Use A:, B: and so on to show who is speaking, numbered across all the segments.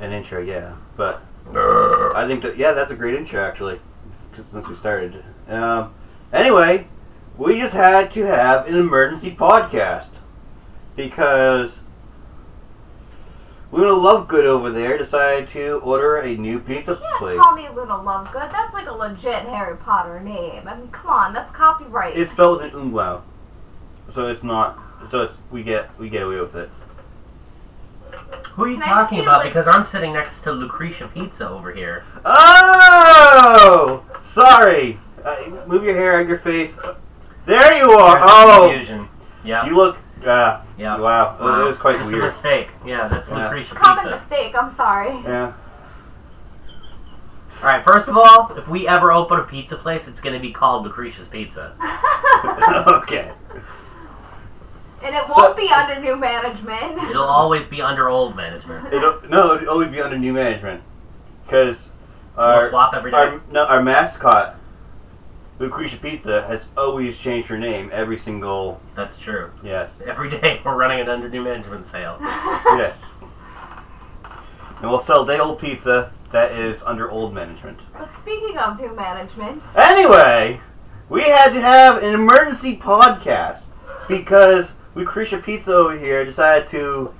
A: An intro, yeah. But I think that yeah, that's a great intro actually, just since we started. Um, anyway, we just had to have an emergency podcast because Luna Lovegood over there decided to order a new pizza
B: You can't
A: place.
B: call me Luna Lovegood. That's like a legit Harry Potter name. I mean, come on, that's copyright.
A: It's spelled with an umlaut, so it's not. So it's we get we get away with it.
C: Who are you
B: Can I
C: talking
B: feel
C: about?
B: like-
C: Because I'm sitting next to Lucretia Pizza over here.
A: Oh, sorry. Uh, move your hair out of your face. There you are.
C: There's the
A: Oh,
C: Confusion. Yeah.
A: you look. Uh,
C: yeah.
A: Wow, that was quite
C: Just a
A: weird.
C: mistake. Yeah, that's
A: Yeah.
C: Lucretia
B: Common
C: Pizza.
B: mistake. I'm sorry.
A: Yeah.
C: All right. First of all, if we ever open a pizza place, it's going to be called Lucretia's Pizza.
A: okay.
B: and it
A: So-
B: won't be under new management.
C: It'll always be under old management.
A: It'll, no, it'll always be under new management because
C: we'll
A: our
C: swap every day.
A: our no our mascot, Lucretia Pizza, has always changed her name every single
C: That's true.
A: yes
C: Every day we're running an under new management sale.
A: yes. And we'll sell day old pizza that is under old management.
B: But speaking of new management,
A: Anyway, we had to have an emergency podcast because Lucretia Pizza over here decided to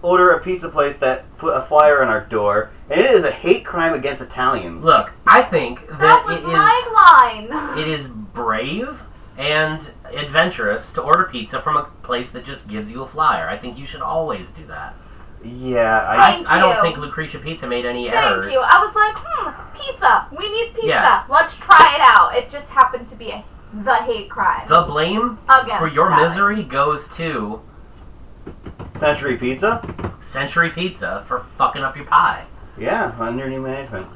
A: order a pizza place that put a flyer on our door, and it is a hate crime against Italians.
C: Look, I think
B: that
C: that
B: was
C: it is
B: my line.
C: it is brave and adventurous to order pizza from a place that just gives you a flyer. I think you should always do that.
A: Yeah, I,
B: Thank
C: I
B: you.
C: don't think Lucretia Pizza made any errors.
B: Thank you. I was like, hmm, pizza. We need pizza.
C: Yeah.
B: Let's try it out. It just happened to be a, the hate crime.
C: The blame
B: Again.
C: for your
B: Sally.
C: misery goes to
A: Century Pizza.
C: Century Pizza for fucking up your pie.
A: Yeah, under new management.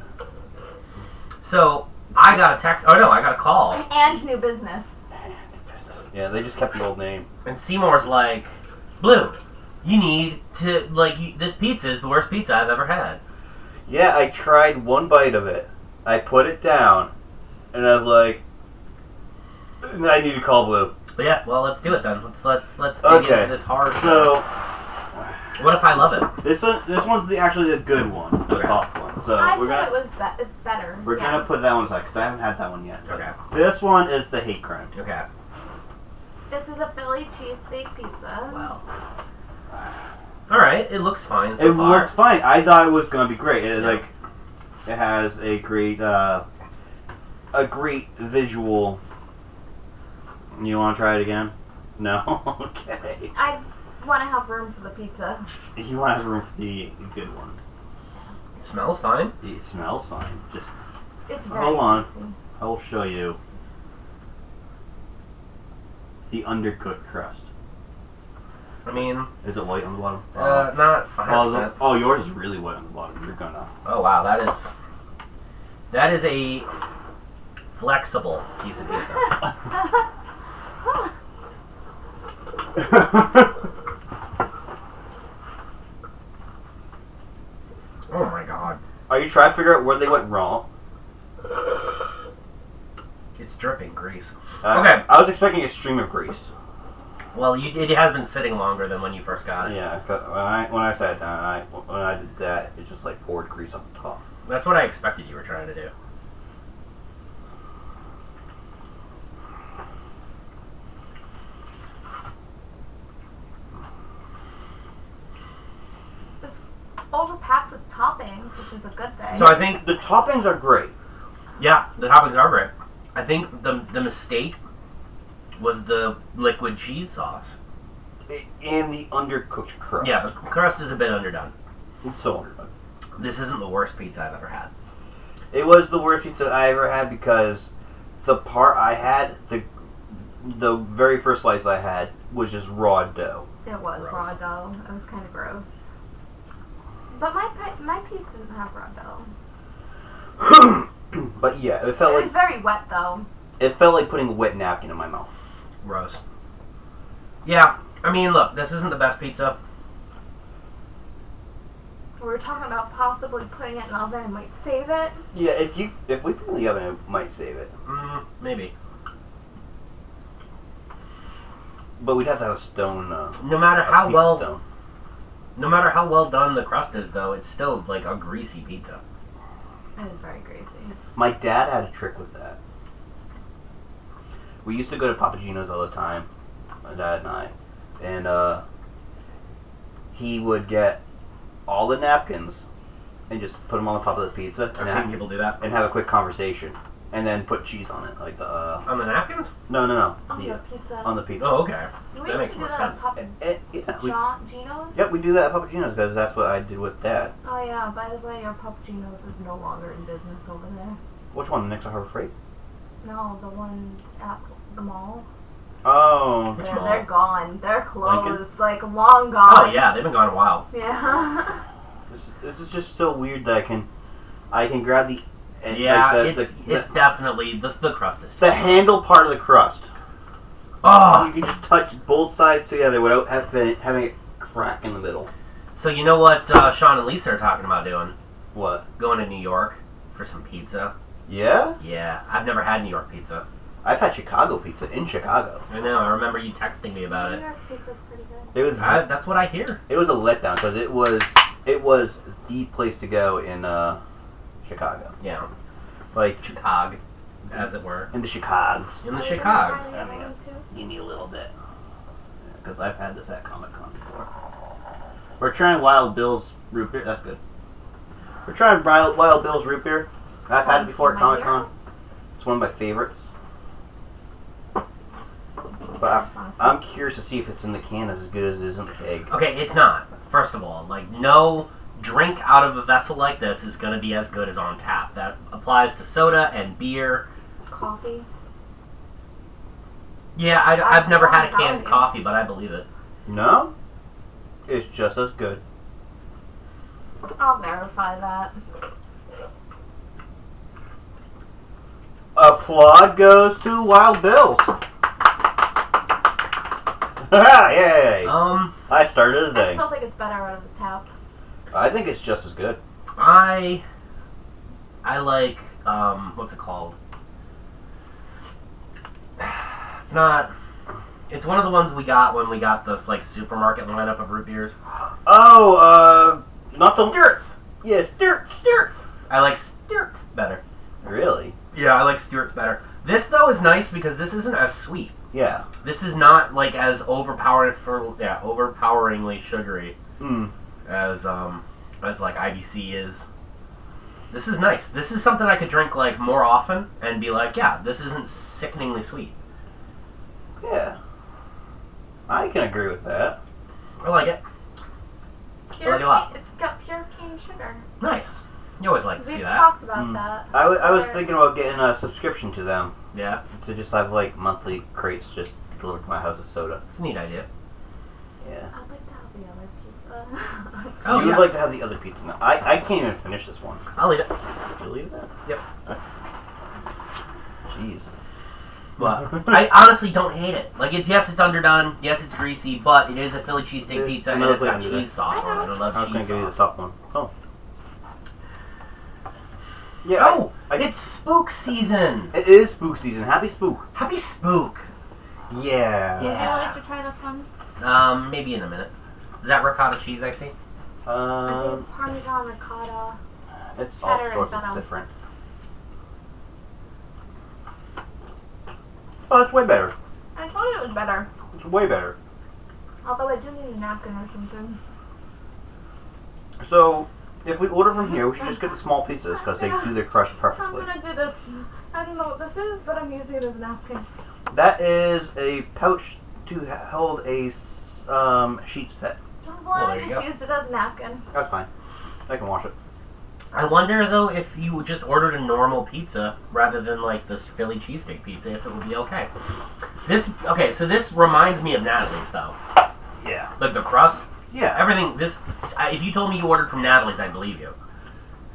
C: So I got a text. Oh no, I got a call,
B: And new business.
A: Yeah, they just kept the old name.
C: and Seymour's like, "Blue, you need to like you, this pizza is the worst pizza I've ever had."
A: Yeah, I tried one bite of it. I put it down, and I was like, I need to call Blue.
C: But yeah, well, let's do it then. Let's let's let's dig
A: Okay.
C: into this hard.
A: So.
C: what if I love it?
A: This one, this one's the, actually the good one, the
C: Okay.
A: top one. So
B: I
A: Uh, we're
B: said
A: gonna
B: it was be- it's better.
A: we're
B: yeah.
A: gonna put that one aside because I haven't had that one yet.
C: Okay.
A: This one is the hate crime.
C: Okay.
B: This is a Philly cheesesteak pizza.
C: Wow. All right. It looks fine so
A: it
C: far.
A: looks fine. I thought it was gonna be great. It
C: Yeah.
A: like it has a great uh, a great visual. You want to try it again? No. okay.
B: I want to have room for the pizza.
A: You want to have room for the good one.
C: It smells fine.
A: It smells fine. Just
B: It's very
A: Hold on.
B: easy.
A: I'll show you the undercooked crust.
C: I mean,
A: Is it white on the bottom?
C: uh, not.
A: Oh,
C: 100%.
A: the- oh, yours is really wet on the bottom. You're gonna.
C: Oh wow, that is that is a flexible piece of pizza. oh my god,
A: Are you trying to figure out where they went wrong?
C: it's dripping grease.
A: Uh,
C: Okay.
A: I was expecting a stream of grease.
C: Well, you, it has been sitting longer than when you first got it.
A: Yeah. 'cause When I when I sat down, I when I did that, it just like poured grease on the top.
C: That's what I expected you were trying to do.
B: Overpacked with toppings, which is a good thing.
C: So I think
A: The toppings are great.
C: yeah, the toppings are great. I think the the mistake was the liquid cheese sauce.
A: i- And the undercooked crust.
C: Yeah, the crust is a bit underdone.
A: It's so undercooked.
C: This isn't the worst pizza I've ever had.
A: It was the worst pizza I ever had because the part I had the the very first slice I had was just raw dough.
B: it was
C: Gross.
B: raw dough. It was kind of gross. But my pi- my piece didn't have raw dough.
A: but yeah, it
B: It
A: felt
B: was
A: like
B: very wet though.
A: it felt like putting a wet napkin in my mouth.
C: Gross. Yeah, I mean, look, this isn't the best pizza.
B: We were talking about possibly putting it in the oven and might save it.
A: Yeah, if you if we put it in the oven, it might save it.
C: Mm, maybe.
A: But we'd have to have a stone. Uh,
C: No matter
A: a
C: how
A: piece of
C: well
A: stone.
C: No matter how well done the crust is, though, it's still like a greasy pizza.
B: That is very crazy.
A: My dad had a trick with that. We used to go to Papagino's all the time, my dad and I, and uh, he would get all the napkins and just put them on top of the pizza
C: I've
A: and,
C: seen
A: ha-
C: people do that
A: and have a quick conversation, and then put cheese on it, like the uh,
C: on the napkins.
A: no, no, no,
B: On
A: the-
B: the Oh, pizza.
A: on the pizza.
C: Oh, okay.
B: we
C: that
B: used
C: makes
B: to do
C: more
B: that on
C: sense.
B: top of
A: Eh, yeah, Um, we,
B: John, Gino's.
A: yep, we do that at Papagino's because that's what I did with that.
B: Oh yeah. By the way, our Papa Gino's is no longer in business over there.
A: Which one? Next to Harbor Freight?
B: No, the one at the mall.
A: Oh,
C: Which
B: yeah,
C: mall?
B: they're gone. They're closed. Like long gone.
C: Oh yeah, they've been gone a while.
B: Yeah.
A: this, this is just so weird that I can, I can grab the, eh,
C: Yeah,
A: like the,
C: it's
A: the,
C: it's definitely this the crust is.
A: the, the handle part of the crust.
C: Oh,
A: You can just touch both sides together without having having it crack in the middle.
C: so you know what uh, Sean and Lisa are talking about doing?
A: What?
C: Going to New York for some pizza.
A: Yeah,
C: Yeah, I've never had New York pizza.
A: I've had Chicago pizza in Chicago.
C: I know. I remember you texting me about
B: New
C: it.
B: York pizza's pretty good.
A: It was
C: I, that's what I hear.
A: it was a letdown because it was it was the place to go in uh, Chicago,
C: Yeah,
A: like
C: Chicago, as it were,
A: in the Chicags.
C: in the
B: Are you gonna try
C: Chicags.
B: the other one, too?
A: Give me a little bit because I've had this at Comic Con before. We're trying Wild Bill's root beer. That's good. We're trying Wild, Wild Bill's root beer. I've had it before at
B: Am I
A: Comic Con. It's one of my favorites. But I- I'm curious to see if it's in the can as good as it is in the keg.
C: Okay, it's not. First of all, like no drink out of a vessel like this is going to be as good as on tap. That applies to soda and beer.
B: Coffee.
C: Yeah, I, have never had a
B: I'm
C: canned
B: sorry.
C: coffee, but I believe it.
A: No, it's just as good.
B: I'll verify that.
A: Applaud goes to Wild Bill's. Yay!
C: Um,
A: I started the
B: I
A: thing.
B: still think it's better out of the tap.
A: I think it's just as good.
C: I I like um, what's it called? It's not. It's one of the ones we got when we got this like supermarket lineup of root beers.
A: Oh, uh, not the
C: Stewart's.
A: yeah, Sturts.
C: Stewart's. I like Stewart's better.
A: Really?
C: Yeah, I like Stewart's better. This though is nice because this isn't as sweet.
A: Yeah.
C: This is not like as overpowered for yeah, overpoweringly sugary
A: Mm.
C: as um as like IBC is. This is nice. This is something I could drink like more often and be like, yeah, this isn't sickeningly sweet.
A: Yeah. I can agree with that.
C: I like it.
B: Pure
C: like it a lot.
B: cane- it's got pure cane sugar.
C: Nice. You always like to
B: We've
C: see that. Hmm.
B: talked about
A: Mm.
B: that.
A: I wa- I was
B: Or-
A: thinking about getting a subscription to them
C: Yeah,
A: to just have like monthly crates just delivered to my house of soda.
C: it's a neat idea.
A: Yeah.
B: I'd like to have the other pizza.
C: Oh
A: you
C: yeah,
A: would like to have the other pizza now. I, I can't even finish this one.
C: I'll eat it.
A: Did you leave that?
C: Yep.
A: Jeez.
C: But I honestly don't hate it. Like, it, yes, it's underdone. Yes, it's greasy, but it is a Philly cheesesteak
A: There's
C: pizza, and
A: another
C: it's got
A: flavor to
C: cheese
A: that.
C: sauce on it. and I
A: I was
C: love
A: gonna
C: cheese
A: give you the
C: sauce.
A: soft one. Oh. Yeah. I-
C: Oh,
A: I-
C: it's spook season.
A: it is spook season. Happy spook.
C: Happy spook.
A: Yeah.
B: Do you like
C: Yeah.
B: to try this one?
C: Um, maybe in a minute. Is that ricotta cheese I see?
B: I think
A: Um,
B: it's Parmesan ricotta.
A: it's all
B: cheddar and
A: sorts of
B: fennel.
A: different. Oh, it's way better.
B: I thought it was better.
A: It's way better.
B: Although I do need a napkin or something.
A: So, if we order from here, we should just get the small pizzas because they do their crush
B: I'm
A: perfectly.
B: gonna do this. I don't know what this is, but I'm using it as a napkin.
A: That is a pouch to h- hold a s- um, sheet set.
B: I'm
C: Well,
B: glad
C: there
B: I
C: you
B: just
C: go.
B: used it as a napkin.
A: That's fine. I can wash it.
C: I wonder though if you just ordered a normal pizza rather than like this Philly cheesesteak pizza, if it would be okay. This okay, so this reminds me of Natalie's though.
A: Yeah.
C: Like the crust,
A: Yeah.
C: everything. This I- if you told me you ordered from Natalie's, I believe you.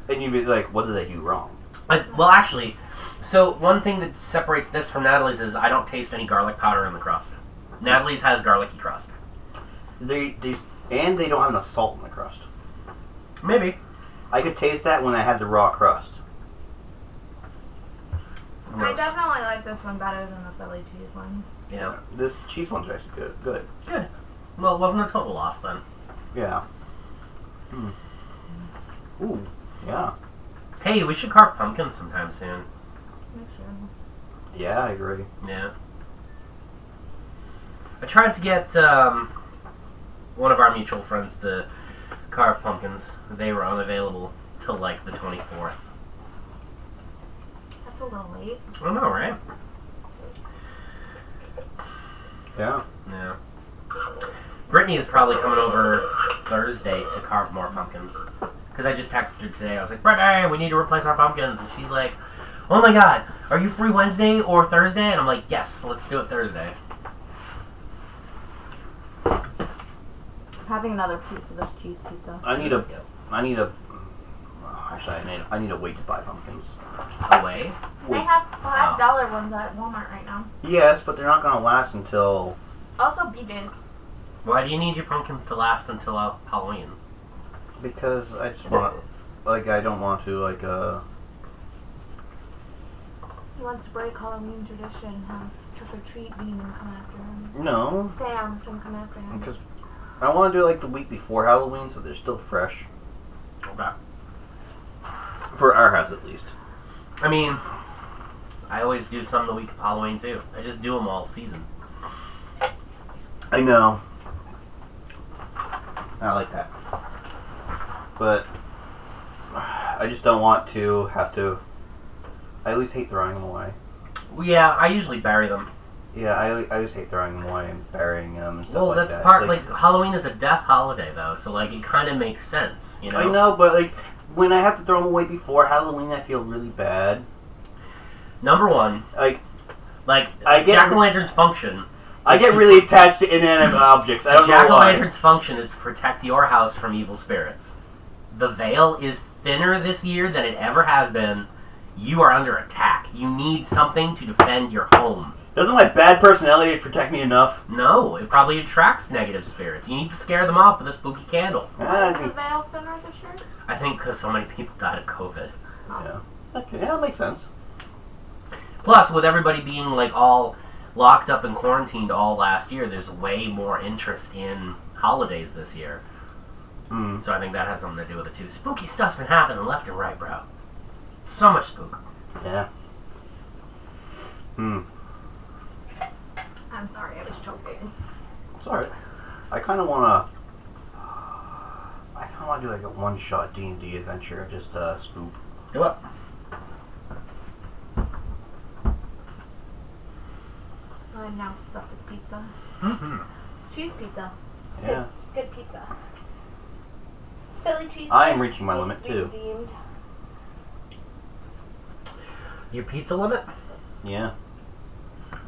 A: And you'd be like, what did I do wrong?
C: I, well, actually, so one thing that separates this from Natalie's is I don't taste any garlic powder in the crust. Natalie's has garlicky crust.
A: They, they and they don't have enough salt in the crust.
C: Maybe.
A: I could taste that when I had the raw crust.
B: I
C: Gross.
B: definitely like this one better than the Philly cheese one.
C: Yeah.
A: This cheese one's actually good. Good.
C: Well, it wasn't a total loss then.
A: Yeah. Hmm. Ooh, yeah,
C: Hey, we should carve pumpkins sometime soon.
A: yeah, I agree.
C: Yeah. I tried to get um, one of our mutual friends to carve pumpkins. They were unavailable till like the 24th.
B: That's a little late.
C: I don't know, right?
A: Yeah,
C: Yeah. Brittany is probably coming over Thursday to carve more pumpkins. Because I just texted her today. I was like, Brittany, we need to replace our pumpkins. And she's like, oh my god, are you free Wednesday or Thursday? And I'm like, yes, let's do it Thursday.
D: Having another piece of this cheese pizza.
A: I need a, I need a. oh, Actually, I need, I need a wait to buy pumpkins.
C: Away?
B: They have five dollar ones at Walmart right now.
A: Yes, but they're not gonna last until
B: Also BJ's.
C: Why do you need your pumpkins to last until uh, Halloween?
A: because I just want, like, I don't want to, like, uh,
B: He wants to break Halloween tradition. Have trick or treat demon come after him.
A: no,
B: Sam's gonna come after him.
A: because I want to do it like the week before Halloween, so they're still fresh
C: Okay.
A: for our house at least.
C: I mean, I always do some the week of Halloween too. I just do them all season.
A: I know. I like that. But I just don't want to have to. I always hate throwing them away.
C: Well, yeah, I usually bury them.
A: Yeah, I, I always hate throwing them away and burying them and stuff
C: well,
A: like
C: that's
A: that.
C: part like, Halloween is a death holiday though, so like it kind of makes sense, you know.
A: I know, but like when I have to throw them away before Halloween, I feel really bad.
C: Number one,
A: Like
C: like
A: I get-
C: jack o' lanterns function.
A: I
C: It's
A: get
C: too-
A: really attached to inanimate objects. I
C: A
A: don't know
C: jack o'
A: why.
C: lantern's function is to protect your house from evil spirits. The veil is thinner this year than it ever has been. You are under attack. You need something to defend your home.
A: Doesn't my bad personality protect me enough?
C: No, it probably attracts negative spirits. You need to scare them off with a spooky candle.
A: Ah, I
B: Is the
A: think,
B: veil thinner this year? Oh,
C: I think because so many people died of COVID.
A: yeah. Okay, yeah, that makes sense.
C: Plus, with everybody being like all locked up and quarantined all last year, there's way more interest in holidays this year.
A: Hmm.
C: So I think that has something to do with it too. Spooky stuff's been happening left and right, bro. So much spook.
A: Yeah. Hmm.
B: I'm sorry, I was choking.
A: It's alright. I kind of want to. I kind of want to do like a one-shot D and D adventure, of just uh, spook.
C: Do what?
B: And now stuffed with pizza.
C: Mm-hmm.
B: Cheese pizza.
A: Yeah.
B: Good pizza. Philly cheese.
A: I am reaching my limit too.
C: Your pizza limit?
A: Yeah.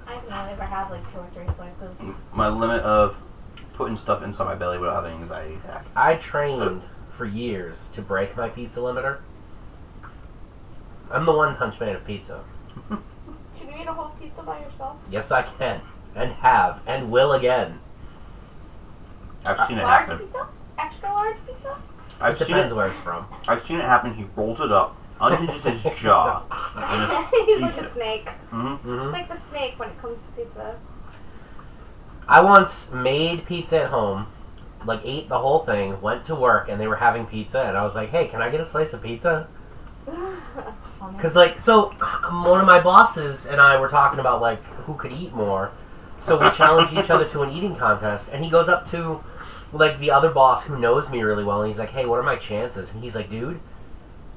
B: I can only ever have like two or three slices.
A: My limit of putting stuff inside my belly without having an anxiety attack.
C: I trained for years to break my pizza limiter. I'm the one punch man of pizza.
B: Can you eat a whole pizza by yourself?
C: Yes, I can, and have, and will again.
A: I've seen it
B: large
A: happen.
B: pizza? Extra large pizza?
A: I've
C: it
A: seen
C: depends
A: it.
C: where it's from.
A: I've seen it happen. He rolls it up, unhinges his jaw. and
B: He's
A: eats
B: like
A: Uh, it.
B: a snake.
A: hmm
B: It's
C: hmm
B: like the snake when it comes to pizza.
C: I once made pizza at home, like ate the whole thing, went to work, and they were having pizza, and I was like, "Hey, can I get a slice of pizza?"
B: That's funny.
C: Because like, so one of my bosses and I were talking about like who could eat more, so we challenged each other to an eating contest, and he goes up to like the other boss who knows me really well, and he's like, "Hey, what are my chances?" And he's like, "Dude."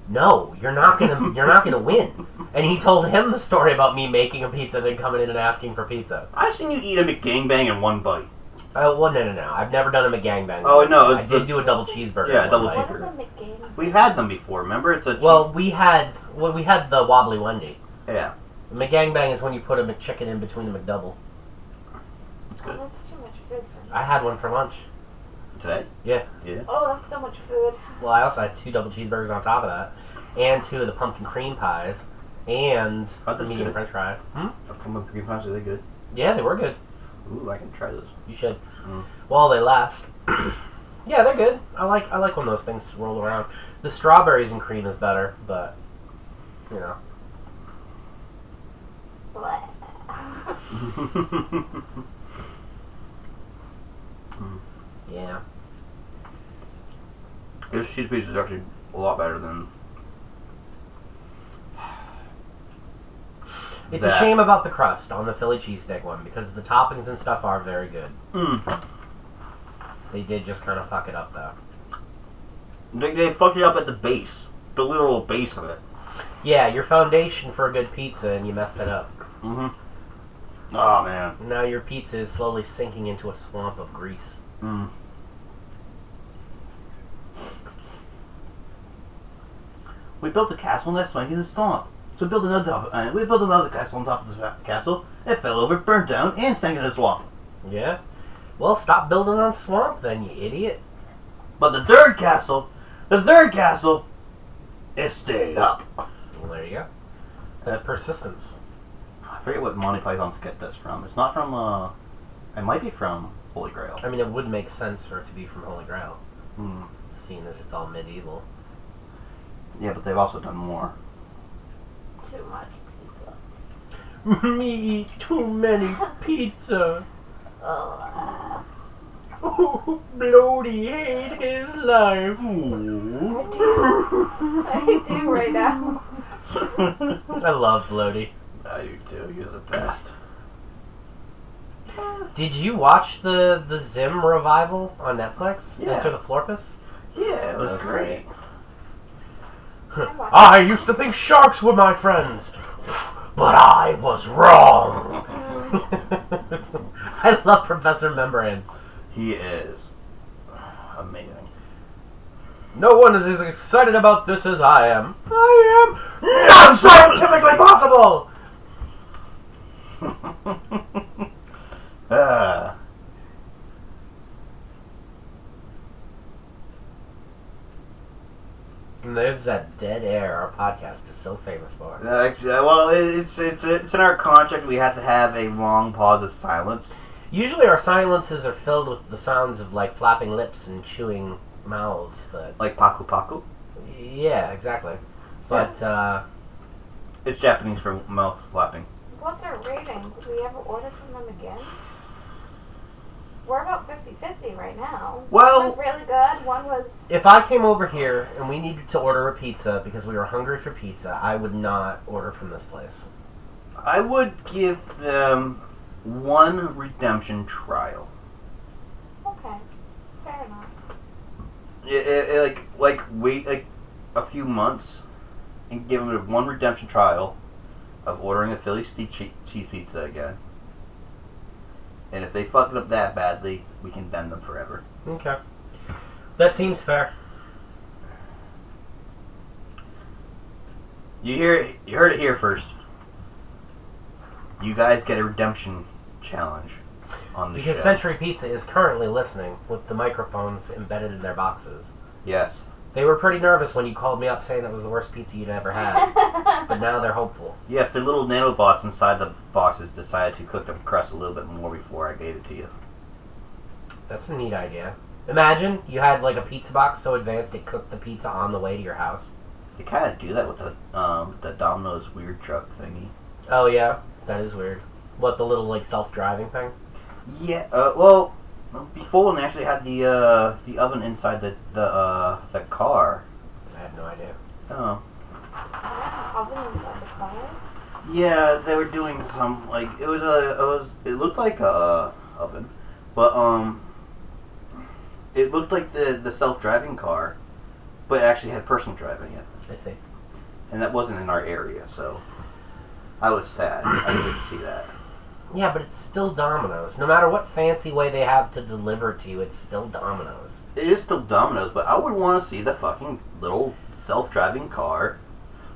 C: No, you're not gonna you're not gonna win. And he told him the story about me making a pizza, then coming in and asking for pizza.
A: I've seen you eat a McGangbang in one bite.
C: Uh, well, no, no, no. I've never done a mukbang.
A: Oh, no,
C: I
A: it's
C: did
A: the-
C: do a double cheeseburger.
A: Yeah,
C: one
A: double
C: night.
B: What
A: cheeseburger.
B: is in the game?
A: We've had them before. Remember, it's a
C: Well, we had well, we had the wobbly Wendy.
A: Yeah.
C: The McGangbang is when you put a McChicken in between a McDouble.
A: It's
B: Oh,
A: good.
B: that's too much food for me.
C: I had one for lunch.
A: today.
B: Oh, that's so much food.
C: Well, I also had two double cheeseburgers on top of that, and two of the pumpkin cream pies, and
A: Oh, that's
C: the medium
A: good.
C: French fry.
A: A cream of green pies, are they good?
C: Yeah, they were good.
A: Ooh, I can try those.
C: You should.
A: Mm.
C: While they last. yeah, they're good. I like I like when those things roll around. The strawberries and cream is better, but you know.
B: Bleh.
C: Yeah.
A: This cheese pizza is actually a lot better than.
C: It's
A: that.
C: a shame about the crust on the Philly cheesesteak one because the toppings and stuff are very good.
A: Mm.
C: They did just kind of fuck it up though.
A: They, they fucked it up at the base, the literal base of it.
C: Yeah, your foundation for a good pizza and you messed it up.
A: Mm-hmm. Oh man.
C: Now your pizza is slowly sinking into a swamp of grease.
A: Mm. We built a castle and that sank in the swamp. So we built another top. Uh, we built another castle on top of the fa- castle. It fell over, burned down, and sank in the swamp.
C: Yeah? Well, stop building on swamp then, you idiot.
A: But the third castle, the third castle, it stayed up.
C: Well, there you go. That's persistence.
A: I forget what Monty Python's skit that's from. It's not from. uh... It might be from Holy Grail.
C: I mean, it would make sense for it to be from Holy Grail,
A: Mm.
C: seeing as it's all medieval.
A: Yeah, but they've also done more.
B: Too much pizza.
C: Me eat too many pizza.
B: Oh,
C: Oh, Bloody hate his life.
B: I do right now.
C: I love Bloaty.
A: I do too. You're the best.
C: Did you watch the the Zim revival on Netflix?
A: Yeah.
C: Enter the Florpus?
A: Yeah, it was,
C: That was
A: great.
C: I used to think sharks were my friends, but I was wrong. I love Professor Membran.
A: He is amazing.
C: No one is as excited about this as I am. I am not scientifically possible.
A: uh,
C: And there's that dead air our podcast is so famous for.
A: actually, uh, well, it- it's it's it's in our contract. We have to have a long pause of silence.
C: Usually our silences are filled with the sounds of like flapping lips and chewing mouths, but
A: Like paku paku.
C: yeah, exactly. But uh,
A: It's Japanese for mouth flapping.
B: What's our rating? Did we ever order from them again? We're about 50 50 right now. One
A: Well,
B: was really good, one was.
C: if I came over here and we needed to order a pizza because we were hungry for pizza, I would not order from this place.
A: I would give them one redemption trial.
B: Okay, fair enough.
A: it, it, it, like like wait like a few months and give them one redemption trial of ordering a Philly ste- che- cheese pizza again. And if they fuck it up that badly, we condemn them forever.
C: Okay, that seems fair.
A: You hear it, you heard it here first. You guys get a redemption challenge on the
C: Because
A: show.
C: Century Pizza is currently listening with the microphones embedded in their boxes.
A: yes.
C: They were pretty nervous when you called me up saying that was the worst pizza you'd ever had, but now they're hopeful.
A: Yes, the little nanobots inside the boxes decided to cook the crust a little bit more before I gave it to you.
C: That's a neat idea. Imagine you had like a pizza box so advanced it cooked the pizza on the way to your house.
A: They kind of do that with the um, the Domino's weird truck thingy.
C: Oh yeah, that is weird. What the little like self-driving thing?
A: Yeah. Uh, well, before when they actually had the uh, the oven inside the the uh, the car.
C: I have no idea.
A: Oh.
B: I'll be inside the car.
A: Yeah, they were doing some like it was a it was it looked like a uh, oven, but um, it looked like the the self driving car, but it actually had a person driving it,
C: I see.
A: and that wasn't in our area, so I was sad. I didn't see that.
C: Yeah, but it's still Domino's. No matter what fancy way they have to deliver it to you, it's still Domino's.
A: It is still Domino's, but I would want to see the fucking little self driving car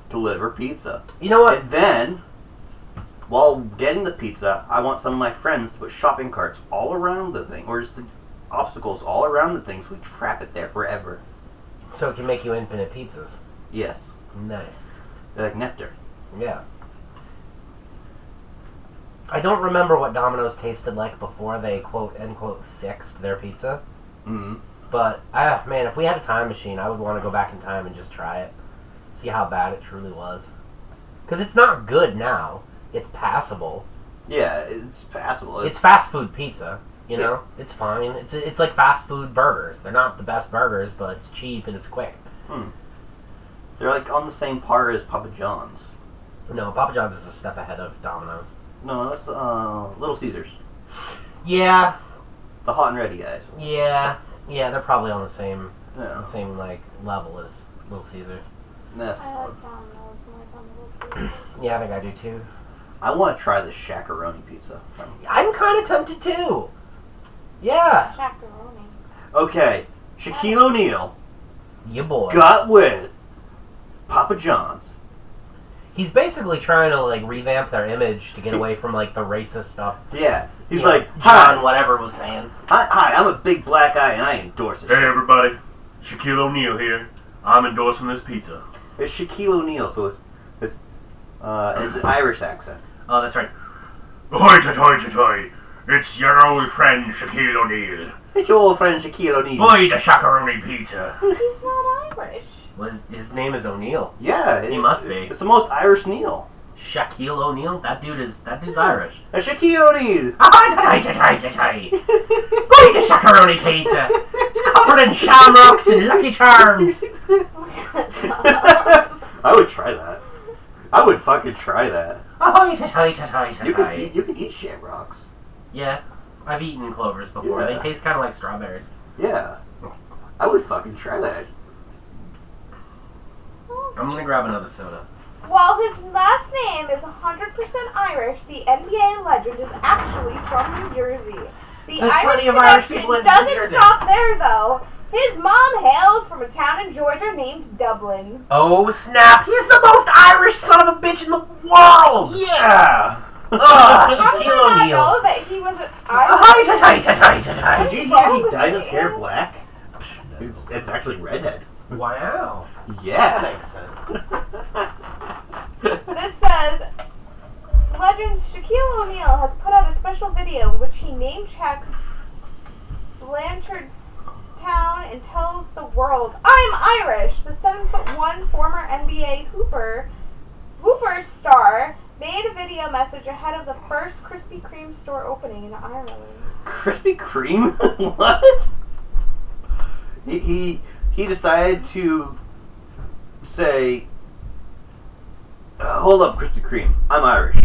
A: deliver pizza.
C: You know what?
A: And then, while getting the pizza, I want some of my friends to put shopping carts all around the thing, or just the obstacles all around the thing, so we trap it there forever.
C: So it can make you infinite pizzas.
A: Yes,
C: Nice.
A: They're like nectar.
C: Yeah. I don't remember what Domino's tasted like before they quote unquote fixed their pizza,
A: Mm-hmm.
C: but ah man, if we had a time machine, I would want to go back in time and just try it, see how bad it truly was. Because it's not good now. It's passable.
A: Yeah, it's passable.
C: It's
A: It's,
C: fast food pizza. You know, it's fine. It's it's like fast food burgers. They're not the best burgers, but it's cheap and it's quick.
A: They're like on the same par as Papa John's.
C: No, Papa John's is a step ahead of Domino's.
A: No, that's uh, Little Caesars.
C: Yeah,
A: The hot and ready guys.
C: yeah, yeah. They're probably on the same
A: Yeah.
C: same like level as Little Caesars.
A: That's,
B: I like Domino's more than Little Caesars.
C: Yeah, I think I do too.
A: I want to try the shakaroni pizza.
C: I'm kind of tempted too. Yeah,
B: Chacaroni.
A: Okay,
B: Uh,
A: Shaquille O'Neal
C: you boy.
A: got with Papa John's.
C: He's basically trying to like revamp their image to get away from like the racist stuff.
A: Yeah, he's
C: you know,
A: like, hi,
C: John, whatever was saying.
A: hi, hi, I'm a big black guy and I endorse it.
E: Hey everybody, Shaquille O'Neal here. I'm endorsing this pizza.
A: It's Shaquille O'Neal, so it's, it's, uh, it's an Irish accent.
C: Oh, that's right.
E: Hoy toy toy toy toy. It's your old friend Shaquille O'Neal.
A: It's your old friend Shaquille O'Neal.
E: Boy, the shakaroni pizza.
B: He's not Irish.
C: Was his name is O'Neill?
A: Yeah,
C: He
A: it-
C: must be.
A: It's the most Irish Neil.
C: Shaquille O'Neal? That dude is that dude's
A: Yeah.
C: Irish.
A: Uh, Shaquille O'Neal.
C: Ahoy-toy-toy-toy-toy-toy. Boy, the shakaroni pizza. It's covered in shamrocks and Lucky Charms.
A: I would try that. I would fucking try that. You could
C: Ahoy-toy-toy-toy-toy-toy.
A: eat, you could eat shamrocks.
C: Yeah, I've eaten clovers before.
A: Yeah.
C: They taste kind of like strawberries.
A: Yeah,
C: Oh.
A: I would fucking try that.
B: Oh,
C: I'm gonna grab another soda.
B: While his last name is 100% Irish, the NBA legend is actually from New Jersey. The
C: There's
B: Irish
C: plenty of Irish
B: connection
C: people in New
B: doesn't
C: Jersey.
B: stop there, though. His mom hails from a town in Georgia named Dublin.
C: Oh snap! He's the most Irish son of a bitch in the world.
A: Yeah.
C: Oh, Ah,
B: How did I not
C: Shaquille O'Neal.
B: know that he was an Irish?
C: Ahoy-toy-toy-toy-toy-toy.
A: Did you hear he dyed his hair black? It's, it's actually redhead.
C: Wow, that
A: Yeah.
C: makes sense.
B: This says, legend Shaquille O'Neal has put out a special video in which he name checks Blanchard's town and tells the world, "I'm Irish." The seven foot one former NBA hooper hooper star made a video message ahead of the first Krispy Kreme store opening in Ireland.
A: Krispy Kreme? what? He, he he decided to say, "Uh, "Hold up, Krispy Kreme. I'm Irish."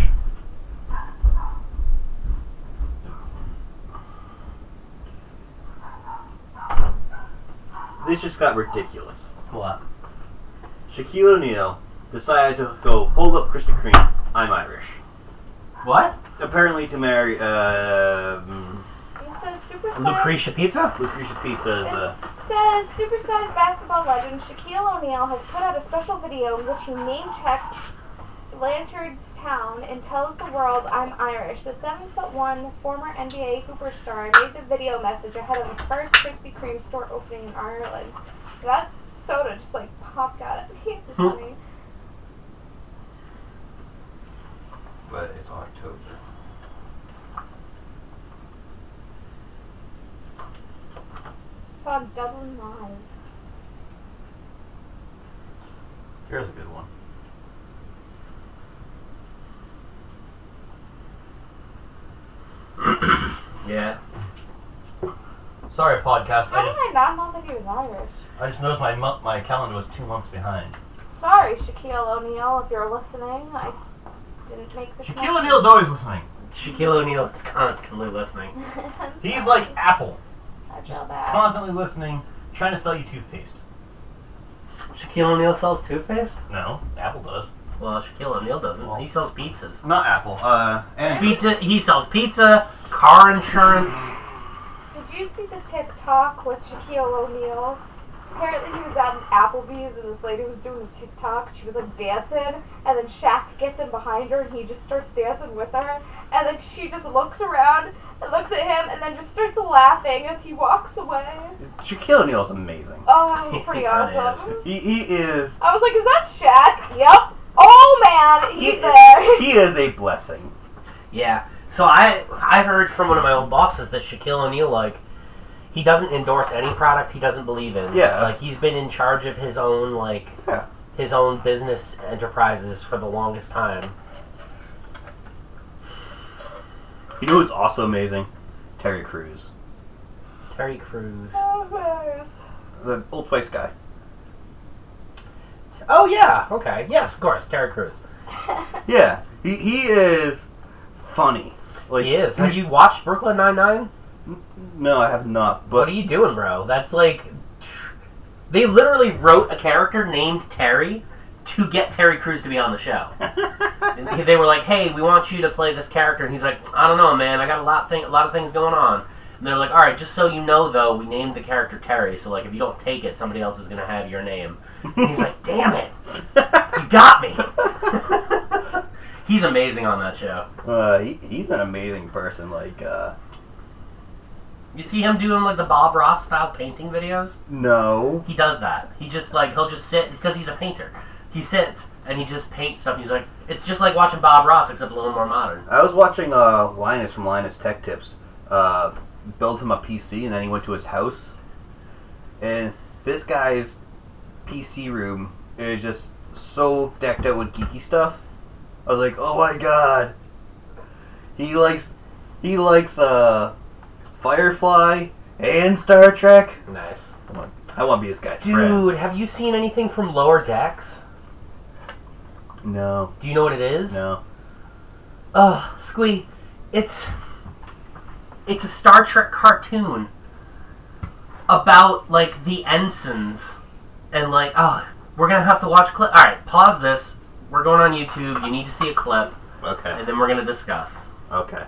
A: This just got ridiculous.
C: What?
A: Shaquille O'Neal decided to go, "Hold up, Krispy Kreme. I'm Irish."
C: What?
A: Apparently, to marry um,
B: It says superstar
C: Lucretia Pizza?
A: Lucretia uh, Pizza is a.
B: says supersized basketball legend Shaquille O'Neal has put out a special video in which he name checks Blanchard's town and tells the world I'm Irish. The seven foot one former NBA Hooper star made the video message ahead of the first Krispy Kreme store opening in Ireland. That soda just like popped out at me. It's
C: Hmm.
B: funny.
A: but it's October.
B: It's on Dublin Live.
A: Here's a good one.
C: Yeah.
A: Sorry, podcast.
B: How
A: I
B: did
A: just
B: I not know that he was Irish?
A: I just noticed my month, my calendar was two months behind.
B: Sorry, Shaquille O'Neal, if you're listening, I didn't make the
A: Shaquille O'Neal's always listening.
C: Shaquille O'Neal is constantly listening.
B: O'Neal.
A: He's like Apple,
B: I feel
A: just
B: bad.
A: constantly listening, trying to sell you toothpaste.
C: Shaquille O'Neal sells toothpaste?
A: No, Apple does.
C: Well, Shaquille O'Neal doesn't. He sells pizzas.
A: Not Apple. Uh, and
C: Pizza. He sells pizza, car insurance.
B: Did you see the TikTok with Shaquille O'Neal? Apparently he was at an Applebee's and this lady was doing a TikTok. She was like dancing, and then Shaq gets in behind her and he just starts dancing with her. And then she just looks around and looks at him and then just starts laughing as he walks away.
A: Shaquille O'Neal's amazing.
B: Oh, that was pretty
C: He kinda
B: awesome.
A: He, he is
B: I was like, is that Shaq? Yep. Oh man, he's
A: He-
B: there.
A: he is a blessing.
C: Yeah. So I I heard from one of my old bosses that Shaquille O'Neal like he doesn't endorse any product he doesn't believe in.
A: Yeah.
C: Like he's been in charge of his own like
A: Yeah.
C: his own business enterprises for the longest time.
A: You know who's also amazing? Terry Crews,
C: Terry Crews.
B: Oh,
A: the Old Spice guy.
C: Oh yeah. Okay. Yes, of course. Terry Crews.
B: gross.
A: Yeah, he, he is funny. Like
C: he is. Have you watched Brooklyn Nine Nine?
A: No, I have not.
C: What are
A: But
C: you doing, bro? That's like they literally wrote a character named Terry to get Terry Crews to be on the show. they were like, "Hey, we want you to play this character," and he's like, "I don't know, man. I got a lot thing, a lot of things going on." And they're like, "All right, just so you know, though, we named the character Terry. So like, if you don't take it, somebody else is gonna have your name." And he's like, "Damn it, you got me." he's amazing on that show.
A: uh, he, he's an amazing person. Like, uh,
C: You see him doing like the Bob Ross style painting videos.
A: no,
C: He does that. He just like he'll just sit because he's a painter. He sits and he just paints stuff. He's like, it's just like watching Bob Ross except a little more modern.
A: I was watching uh, Linus from Linus Tech Tips. Uh, built him a PC, and then he went to his house. And this guy's PC room is just so decked out with geeky stuff. I was like, oh my god. He likes, he likes uh, Firefly and Star Trek.
C: Nice,
A: I want to be this guy's friend.
C: dude. Have you seen anything from Lower Decks?
A: No,
C: Do you know what it is?
A: no.
C: Ugh, Squee, it's it's a Star Trek cartoon about like the ensigns and like oh, we're gonna have to watch clip. All right, pause this. We're going on YouTube. You need to see a clip,
A: Okay.
C: and then we're gonna discuss.
A: Okay.